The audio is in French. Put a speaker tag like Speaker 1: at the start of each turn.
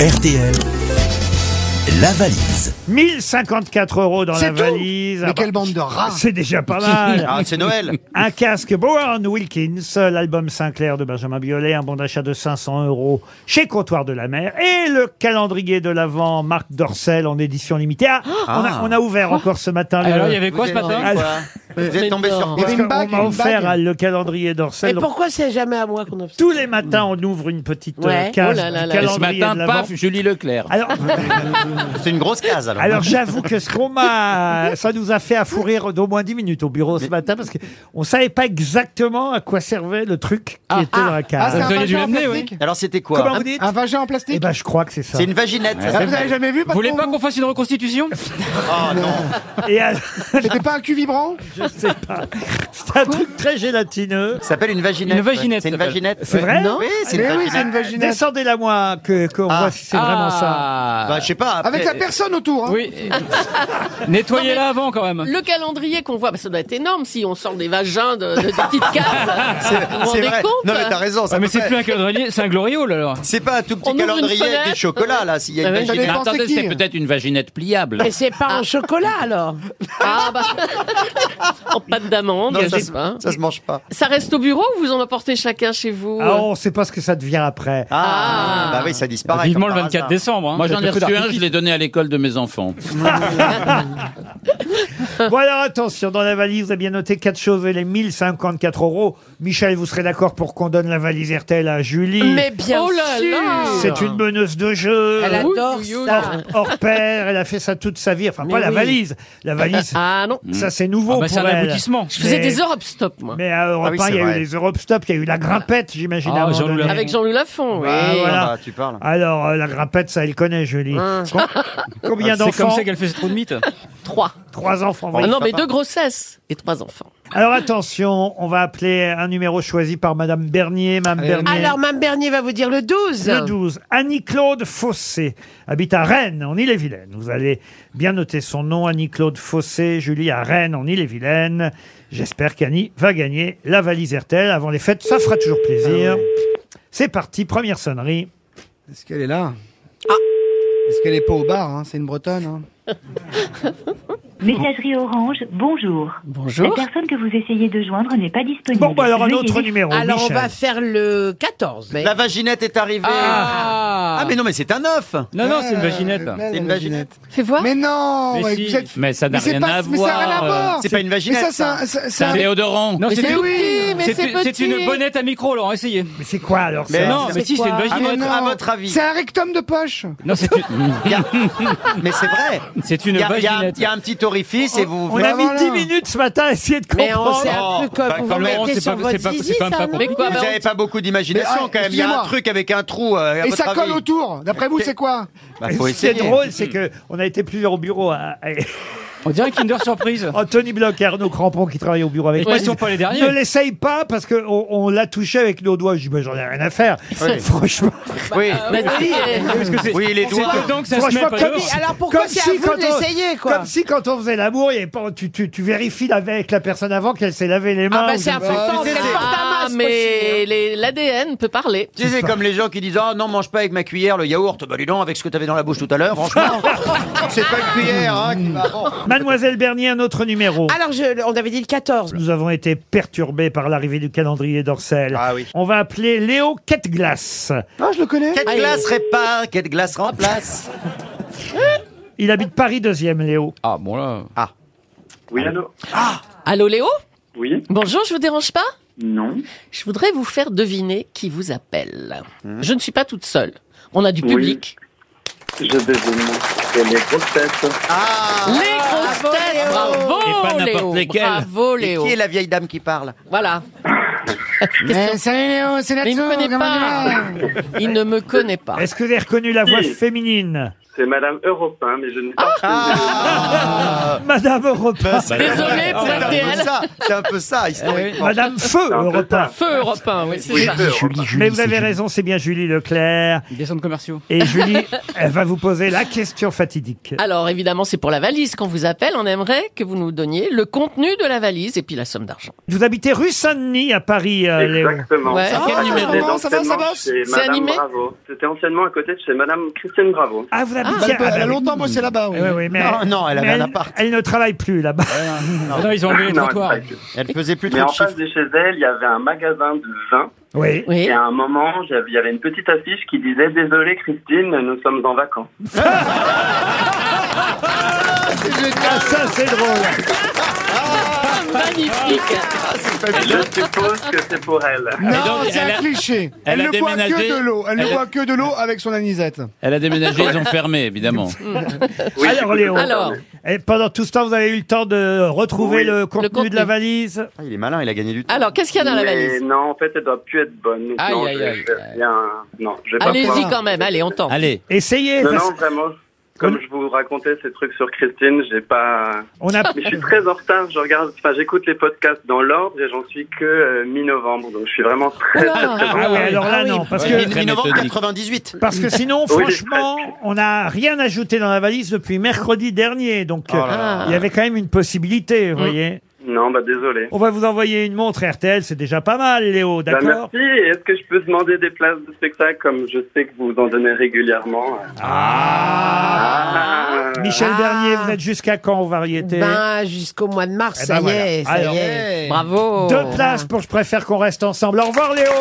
Speaker 1: RTL, la valise.
Speaker 2: 1054 euros dans la
Speaker 3: C'est tout
Speaker 2: valise. Ah
Speaker 3: Mais
Speaker 2: bah,
Speaker 3: quelle bande de rats
Speaker 2: C'est déjà pas mal.
Speaker 4: Ah, c'est Noël.
Speaker 2: Un casque Bowen Wilkins, l'album Sinclair de Benjamin Biolay, un bon d'achat de 500 euros chez Comptoir de la Mer et le calendrier de l'Avent Marc Dorcel en édition limitée. Ah, on, a, on a ouvert encore ce matin. le-
Speaker 5: Alors, il y avait quoi ce
Speaker 4: Vous êtes
Speaker 5: matin
Speaker 2: Ah,
Speaker 4: tombé, quoi Vous êtes tombé
Speaker 3: Il y
Speaker 4: sur quoi
Speaker 3: avait
Speaker 2: parce
Speaker 3: une bague,
Speaker 2: qu'on m'a
Speaker 3: une
Speaker 2: offert
Speaker 3: bague.
Speaker 2: le calendrier
Speaker 6: Et
Speaker 2: Dorcel. Donc,
Speaker 6: pourquoi c'est jamais à moi qu'on offre ça
Speaker 2: Tous les matins, on ouvre une petite euh,
Speaker 6: Ouais.
Speaker 2: case.
Speaker 6: Oh là là
Speaker 2: du
Speaker 5: Et
Speaker 6: là.
Speaker 5: ce
Speaker 2: calendrier
Speaker 5: matin,
Speaker 2: de l'Avent.
Speaker 5: paf, Julie Leclerc.
Speaker 2: Alors,
Speaker 4: C'est une grosse
Speaker 3: Ah,
Speaker 4: case alors.
Speaker 2: Alors j'avoue que ce qu'on m'a, ça nous a fait affourir d'au moins 10 minutes au bureau ce matin parce que on savait pas exactement à quoi servait le truc qui était dans la
Speaker 3: Ah, c'est
Speaker 2: case.
Speaker 3: un
Speaker 5: Vous auriez dû
Speaker 3: vagin en
Speaker 5: l'amener,
Speaker 3: plastique
Speaker 4: Alors, c'était
Speaker 2: Comment
Speaker 4: quoi
Speaker 2: vous dites
Speaker 3: Un vagin en
Speaker 2: Eh
Speaker 3: plastique
Speaker 2: ben je crois que c'est ça.
Speaker 4: C'est une vaginette. ça
Speaker 3: Ah, Vous avez
Speaker 4: s'appelle.
Speaker 3: jamais vu
Speaker 5: Vous voulez pas
Speaker 3: patron
Speaker 5: qu'on fasse une reconstitution
Speaker 4: Oh non.
Speaker 2: Et alors,
Speaker 3: C'était pas un cul vibrant
Speaker 2: je sais pas. C'est un truc très gélatineux.
Speaker 4: Ça s'appelle une vaginette.
Speaker 5: Une vaginette,
Speaker 4: ouais. C'est une
Speaker 5: ça s'appelle.
Speaker 4: vaginette.
Speaker 2: C'est
Speaker 4: ouais.
Speaker 2: vrai
Speaker 4: Oui, c'est une
Speaker 3: Mais oui, c'est
Speaker 4: vaginette.
Speaker 3: une vaginette.
Speaker 2: Descendez-la moi que qu'on
Speaker 4: Ah.
Speaker 2: voit si c'est vraiment
Speaker 3: Ah.
Speaker 2: ça.
Speaker 4: Bah, je sais pas. après-
Speaker 3: Avec la personne autour. hein.
Speaker 5: Ah. Oui. Nettoyez-la avant quand même.
Speaker 6: Le calendrier qu'on voit, bah, ça doit être énorme si on sort des vagins de, de- des petites cases.
Speaker 4: C'est
Speaker 6: Vous vous
Speaker 4: c'est
Speaker 6: rendez
Speaker 4: vrai.
Speaker 6: compte
Speaker 4: Non, mais t'as raison. ça
Speaker 5: Ah, mais
Speaker 4: peut
Speaker 5: c'est
Speaker 4: pas-
Speaker 5: plus un calendrier, c'est un gloriole alors.
Speaker 4: C'est pas un tout
Speaker 6: On
Speaker 4: petit
Speaker 6: ouvre une
Speaker 4: calendrier avec
Speaker 6: fenêtre.
Speaker 4: du chocolat là. S'il y a une
Speaker 6: Ah, mais
Speaker 3: Ça
Speaker 4: vaginette.
Speaker 3: dépend, c'est
Speaker 7: Attendez,
Speaker 3: qui
Speaker 7: c'est peut-être une vaginette pliable.
Speaker 6: Mais c'est pas en chocolat alors Ah bah En pâte d'amande,
Speaker 4: Non,
Speaker 6: je
Speaker 4: ça
Speaker 6: sais pas.
Speaker 4: se- ça se mange pas.
Speaker 6: Ça reste au bureau ou vous en apportez chacun chez vous
Speaker 2: Ah, on sait pas ce que ça devient après.
Speaker 4: Ah, bah oui, ça disparaît.
Speaker 5: Vivement
Speaker 4: comme
Speaker 5: le
Speaker 4: par
Speaker 5: 24
Speaker 4: hasard.
Speaker 5: décembre. hein.
Speaker 7: Moi j'en ai
Speaker 5: Beaucoup
Speaker 7: reçu un,
Speaker 5: d'articles.
Speaker 7: je l'ai donné à l'école de mes enfants.
Speaker 3: Ah.
Speaker 2: Bon alors attention, dans la valise, vous avez bien noté quatre choses et les 1054 euros. Michel, vous serez d'accord pour qu'on donne la valise RTL à Julie.
Speaker 6: Mais bien
Speaker 5: Oh là
Speaker 6: sûr
Speaker 5: là
Speaker 2: C'est une Euh, meneuse de jeu.
Speaker 6: Elle adore
Speaker 5: Ouh,
Speaker 6: ça
Speaker 2: hors, hors pair, elle a fait ça toute sa vie. Enfin, pas
Speaker 6: Mais
Speaker 2: la
Speaker 6: oui.
Speaker 2: valise. La valise,
Speaker 6: Ah non
Speaker 2: ça c'est nouveau
Speaker 5: Ah, bah,
Speaker 2: pour
Speaker 5: c'est un
Speaker 2: elle.
Speaker 5: aboutissement.
Speaker 6: Je faisais
Speaker 2: Mais-
Speaker 6: des Europe Stop moi
Speaker 2: Mais à Europe
Speaker 4: Ah oui,
Speaker 2: 1,
Speaker 4: c'est
Speaker 2: il y a eu
Speaker 4: vrai.
Speaker 2: les Europe Stop, il y a eu la grimpette, j'imagine.
Speaker 5: Ah,
Speaker 2: à un moment
Speaker 5: Jean-Louis
Speaker 2: donné.
Speaker 6: Avec Jean-Louis Lafont, oui
Speaker 2: Ah, voilà.
Speaker 4: bah, tu parles.
Speaker 2: Alors, euh, la grimpette, ça, elle connaît, Julie. Com- Combien
Speaker 5: Ah. C'est comme
Speaker 2: d'enfants
Speaker 5: ça qu'elle fait ce trou de mythe.
Speaker 6: Trois
Speaker 2: Trois enfants.
Speaker 6: Ah
Speaker 2: oui.
Speaker 6: Non
Speaker 4: ça
Speaker 6: mais
Speaker 4: va.
Speaker 6: deux grossesses et trois enfants
Speaker 2: Alors, attention, on va appeler un numéro choisi par Madame Bernier. Madame Bernier.
Speaker 6: Alors Mme Bernier va vous dire le 12
Speaker 2: Le 12, Annie-Claude Fossé habite à Rennes, en Ille-et-Vilaine. Vous allez bien noter son nom, Annie-Claude Fossé, Julie à Rennes, en Ille-et-Vilaine. J'espère qu'Annie va gagner la valise RTL avant les fêtes, ça fera toujours plaisir.
Speaker 6: Ah
Speaker 2: C'est parti, première sonnerie.
Speaker 3: Est-ce qu'elle est là Ah. Est-ce qu'elle est pas au bar hein C'est une bretonne. hein.
Speaker 8: Messagerie Orange, bonjour. La
Speaker 6: Bonjour
Speaker 8: personne que vous essayez de joindre n'est pas disponible.
Speaker 2: Bon, bah alors un
Speaker 8: Veuillez
Speaker 2: autre
Speaker 8: laisser-
Speaker 2: numéro,
Speaker 6: Alors on
Speaker 2: Michel.
Speaker 6: va faire le 14
Speaker 4: La vaginette est arrivée. Ah,
Speaker 5: Ah,
Speaker 4: mais non, mais c'est un œuf.
Speaker 5: Non, non, c'est une
Speaker 3: Ah,
Speaker 5: vaginette.
Speaker 3: belle,
Speaker 4: C'est une
Speaker 3: la
Speaker 4: vaginette.
Speaker 6: Fais voir
Speaker 3: Mais non
Speaker 5: Mais
Speaker 3: ouais,
Speaker 5: si.
Speaker 3: vous êtes-
Speaker 7: Mais ça n'a
Speaker 3: Mais c'est
Speaker 7: rien
Speaker 3: pas-
Speaker 7: à
Speaker 3: mais ça n'a rien à
Speaker 7: voir.
Speaker 3: voir
Speaker 4: C'est pas une vaginette.
Speaker 3: Mais ça,
Speaker 4: ça.
Speaker 3: c'est un- c'est
Speaker 7: C'est un
Speaker 3: un-
Speaker 7: déodorant.
Speaker 5: Non,
Speaker 3: Mais
Speaker 5: c'est
Speaker 3: c'est
Speaker 5: une-
Speaker 3: oui
Speaker 6: mais c'est
Speaker 5: c'est- c'est une
Speaker 6: petit.
Speaker 5: bonnette à micro, Laurent, essayez.
Speaker 2: Mais c'est quoi alors
Speaker 4: Mais
Speaker 2: ça
Speaker 5: non,
Speaker 4: c'est
Speaker 5: mais si, c'est une
Speaker 3: Ah, mais
Speaker 5: vaginette.
Speaker 3: non.
Speaker 4: À votre avis.
Speaker 3: C'est un rectum de poche.
Speaker 5: Non, c'est une,
Speaker 4: Mais c'est vrai.
Speaker 5: c'est
Speaker 4: Il
Speaker 5: une
Speaker 4: y, a- il y a-
Speaker 5: vaginette.
Speaker 4: il y a un petit orifice et vous.
Speaker 2: On a mis
Speaker 3: voilà.
Speaker 2: 10 minutes ce matin à essayer de
Speaker 6: Mais on
Speaker 2: comprendre.
Speaker 6: s'est un
Speaker 4: Oh,
Speaker 6: peu comme
Speaker 4: bah,
Speaker 6: vous
Speaker 4: quand
Speaker 6: vous
Speaker 4: même,
Speaker 6: mettez
Speaker 5: c'est
Speaker 6: sur
Speaker 5: pas-
Speaker 6: votre
Speaker 5: c'est pas- c'est
Speaker 6: zizi,
Speaker 5: pas-
Speaker 6: ça,
Speaker 5: pas
Speaker 6: non
Speaker 5: compliqué.
Speaker 6: Mais quoi,
Speaker 4: Vous
Speaker 6: bah,
Speaker 4: n'avez pas beaucoup
Speaker 3: Mais,
Speaker 4: d'imagination
Speaker 3: ah,
Speaker 4: quand même. Il y a un
Speaker 3: excusez-moi.
Speaker 4: truc avec un trou. euh, à
Speaker 3: Et
Speaker 4: votre
Speaker 3: ça colle
Speaker 4: avis.
Speaker 3: autour. D'après vous, c'est quoi
Speaker 4: Bah,
Speaker 2: Et
Speaker 4: faut
Speaker 2: Ce qui est
Speaker 4: essayer.
Speaker 2: drôle, c'est que on a été plusieurs au bureau. à- à-
Speaker 5: On dirait Kinder Surprise.
Speaker 2: Anthony Bloch et Arnaud Crampon qui travaillent au bureau avec
Speaker 5: Ils
Speaker 2: moi.
Speaker 5: ne sont pas les
Speaker 2: Ne
Speaker 5: derniers.
Speaker 2: l'essaye pas parce que on, on l'a touché avec nos doigts. Je dis, bah, j'en ai rien à faire.
Speaker 4: Oui.
Speaker 2: Franchement,
Speaker 4: Oui.
Speaker 6: Vas-y, eh.
Speaker 5: Parce que c'est-
Speaker 4: Oui, les
Speaker 5: C'est
Speaker 4: doigts.
Speaker 5: dedans que ça se
Speaker 2: Franchement,
Speaker 5: met, pas
Speaker 2: comme-
Speaker 5: dehors.
Speaker 6: Oui, alors pourquoi
Speaker 2: Comme
Speaker 6: c'est
Speaker 2: si,
Speaker 6: à vous
Speaker 2: quand
Speaker 6: de
Speaker 2: on-
Speaker 6: l'essayer, quoi Ah,
Speaker 2: comme si quand on faisait l'amour, il y avait pas- tu, tu, tu vérifies la- avec la personne avant qu'elle s'est lavé les mains.
Speaker 6: Ah bah
Speaker 2: ou
Speaker 6: c'est
Speaker 2: je-
Speaker 6: important,
Speaker 4: c'est-
Speaker 6: qu'elle
Speaker 4: c'est-
Speaker 6: porte un
Speaker 3: Ah,
Speaker 6: masque mais les- l'ADN peut parler.
Speaker 4: Tu sais, c'est comme les gens qui disent Ah non, mange pas avec ma cuillère le yaourt. Bah, dis donc, avec ce que t'avais dans la bouche tout à l'heure, franchement. c'est pas une cuillère, hein, qui va. bon.
Speaker 2: Mademoiselle Bernier, un autre numéro.
Speaker 6: Alors je- on avait dit le 14.
Speaker 2: Nous avons été perturbés par l'arrivée du calendrier d'Orcel.
Speaker 4: Ah oui.
Speaker 2: On va appeler Léo Ketglas.
Speaker 3: Ah, je le connais.
Speaker 4: Quelle
Speaker 6: Allez.
Speaker 4: glace répare Quelle glace remplace
Speaker 2: Il habite Paris 2e, Léo.
Speaker 5: Ah, bon là.
Speaker 9: Oui, allô
Speaker 6: Allô Léo
Speaker 9: Oui
Speaker 6: Bonjour, je vous dérange pas
Speaker 9: Non
Speaker 6: Je voudrais vous faire deviner qui vous appelle.
Speaker 7: Mmh.
Speaker 6: Je ne suis pas toute seule. On a du
Speaker 9: Oui.
Speaker 6: public.
Speaker 9: Je devine. C'est les grosses têtes.
Speaker 4: Ah
Speaker 6: Les grosses têtes, bravo
Speaker 7: Et pas n'importe
Speaker 6: Léo.
Speaker 7: lesquelles.
Speaker 6: Bravo
Speaker 4: Et
Speaker 6: Léo.
Speaker 4: Qui est la vieille dame qui parle
Speaker 6: Voilà.
Speaker 3: Eh, salut Léo, c'est
Speaker 6: Mais il
Speaker 3: Natsu.
Speaker 6: me connaît
Speaker 3: comment
Speaker 6: pas.
Speaker 3: tu vas
Speaker 4: Ah.
Speaker 6: Il ne me connaît pas.
Speaker 2: Est-ce que vous avez reconnu la voix
Speaker 9: Oui.
Speaker 2: féminine
Speaker 9: c'est Madame Europe 1, mais je n'ai
Speaker 6: Ah.
Speaker 9: pas.
Speaker 2: Madame Europe
Speaker 9: Bah,
Speaker 2: 1.
Speaker 6: Désolé pour
Speaker 7: Ah,
Speaker 4: Ah. C'est un peu
Speaker 6: RTL. Ah
Speaker 4: ça, c'est un peu ça, historiquement.
Speaker 2: Madame Feu
Speaker 9: un peu
Speaker 2: Europe 1.
Speaker 6: Feu européen, oui, c'est
Speaker 9: Oui,
Speaker 6: ça.
Speaker 9: Europe 1.
Speaker 2: Mais vous avez raison, c'est bien Julie Leclerc.
Speaker 5: Des centres commerciaux.
Speaker 2: Et Julie, elle va vous poser la question fatidique.
Speaker 6: Alors évidemment, c'est pour la valise qu'on vous appelle. On aimerait que vous nous donniez le contenu de la valise et puis la somme d'argent.
Speaker 2: Vous habitez rue Saint-Denis à Paris, euh, Léo.
Speaker 9: Exactement.
Speaker 6: Ouais. Ça va,
Speaker 9: C'était
Speaker 6: ça va,
Speaker 9: anciennement
Speaker 3: Ah, ça va, ça va
Speaker 9: chez
Speaker 6: C'est
Speaker 9: Madame
Speaker 6: animé
Speaker 9: Bravo. C'était anciennement à côté de chez Madame Christiane Bravo.
Speaker 2: Ah, vous
Speaker 3: Bah,
Speaker 2: habitez
Speaker 3: elle, peut-
Speaker 2: ah,
Speaker 3: elle a
Speaker 2: bah,
Speaker 3: longtemps bossé là-bas.
Speaker 2: oui,
Speaker 3: oui.
Speaker 2: oui, oui, mais
Speaker 4: Non, non, elle avait
Speaker 2: mais
Speaker 4: un appart.
Speaker 2: Elle ne travaille plus là-bas.
Speaker 5: Ah non, ils ont enlevé les
Speaker 9: Non,
Speaker 5: trottoirs.
Speaker 9: elle travaille plus.
Speaker 4: Elle faisait plus
Speaker 9: Mais
Speaker 4: trop
Speaker 9: en
Speaker 4: de
Speaker 9: face
Speaker 4: chiffres.
Speaker 9: de chez elle, il y avait un magasin de vin.
Speaker 2: Oui.
Speaker 6: Oui.
Speaker 9: Et à un moment, j'avais- il y avait une petite affiche qui disait Désolé Christine, nous sommes en vacances.
Speaker 2: Ah, ça, c'est drôle.
Speaker 9: Ah,
Speaker 6: Magnifique.
Speaker 9: Et je suppose que c'est pour elle.
Speaker 7: Et
Speaker 3: Non,
Speaker 7: donc,
Speaker 3: c'est
Speaker 7: elle
Speaker 3: un
Speaker 7: a-
Speaker 3: cliché.
Speaker 7: elle
Speaker 3: Elle,
Speaker 7: a
Speaker 3: ne boit
Speaker 7: déménagé-
Speaker 3: que de l'eau. Elle ne
Speaker 7: elle a-
Speaker 3: boit que de l'eau avec son anisette.
Speaker 7: Elle a déménagé, ils ont fermé, évidemment.
Speaker 9: Oui,
Speaker 2: Alors,
Speaker 9: je suppose
Speaker 2: Léo.
Speaker 9: que c'est
Speaker 6: Alors,
Speaker 9: elle.
Speaker 2: Et pendant tout ce temps, vous avez eu le temps de retrouver
Speaker 9: Oui.
Speaker 2: le contenu
Speaker 6: contenu.
Speaker 2: de la valise
Speaker 4: Ah, il est malin, il a gagné du temps.
Speaker 6: alors qu'est-ce qu'il y a dans la
Speaker 9: Mais
Speaker 6: valise
Speaker 9: non, en fait, elle doit plus être bonne.
Speaker 6: Aïe,
Speaker 9: non,
Speaker 6: aïe,
Speaker 9: je-
Speaker 6: aïe, Ah,
Speaker 9: je vais
Speaker 6: aïe.
Speaker 9: bien- Non, je vais pas
Speaker 6: Allez-y
Speaker 9: pouvoir.
Speaker 6: quand même. Allez, on tente.
Speaker 7: Allez,
Speaker 2: Essayez.
Speaker 9: Non,
Speaker 2: parce-
Speaker 9: non, vraiment. Comme je vous racontais ces trucs sur Christine, j'ai pas.
Speaker 2: On a...
Speaker 9: Mais je suis très en retard. Je regarde, enfin, j'écoute les podcasts dans l'ordre et j'en suis que euh, mi-novembre, donc je suis vraiment très.
Speaker 6: Oula.
Speaker 2: Ah oui, alors là,
Speaker 6: Ah oui.
Speaker 2: non. Parce
Speaker 7: Ouais,
Speaker 2: que,
Speaker 7: il-
Speaker 4: Mi- Mi-novembre
Speaker 7: Méthodique.
Speaker 4: 98.
Speaker 2: parce que sinon,
Speaker 9: Oui, les
Speaker 2: franchement, on n'a rien ajouté dans la valise depuis mercredi dernier. Donc,
Speaker 4: Oh là là.
Speaker 2: euh, il y avait quand même une possibilité,
Speaker 9: Mm.
Speaker 2: vous voyez.
Speaker 9: Non, bah désolé.
Speaker 2: On va vous envoyer une montre RTL, c'est déjà pas mal, Léo,
Speaker 9: Bah,
Speaker 2: d'accord
Speaker 9: merci. Et Est-ce que je peux demander des places de spectacle comme je sais que vous en donnez régulièrement euh, Ah,
Speaker 2: Michel
Speaker 10: Ah.
Speaker 2: Bernier, vous êtes jusqu'à quand aux variétés
Speaker 10: Ben, jusqu'au mois de mars,
Speaker 2: Eh
Speaker 10: ça
Speaker 2: ben
Speaker 10: y est,
Speaker 2: voilà.
Speaker 10: ça
Speaker 2: Alors,
Speaker 10: y est.
Speaker 6: Bravo.
Speaker 2: Deux places pour Je préfère qu'on reste ensemble. Au revoir, Léo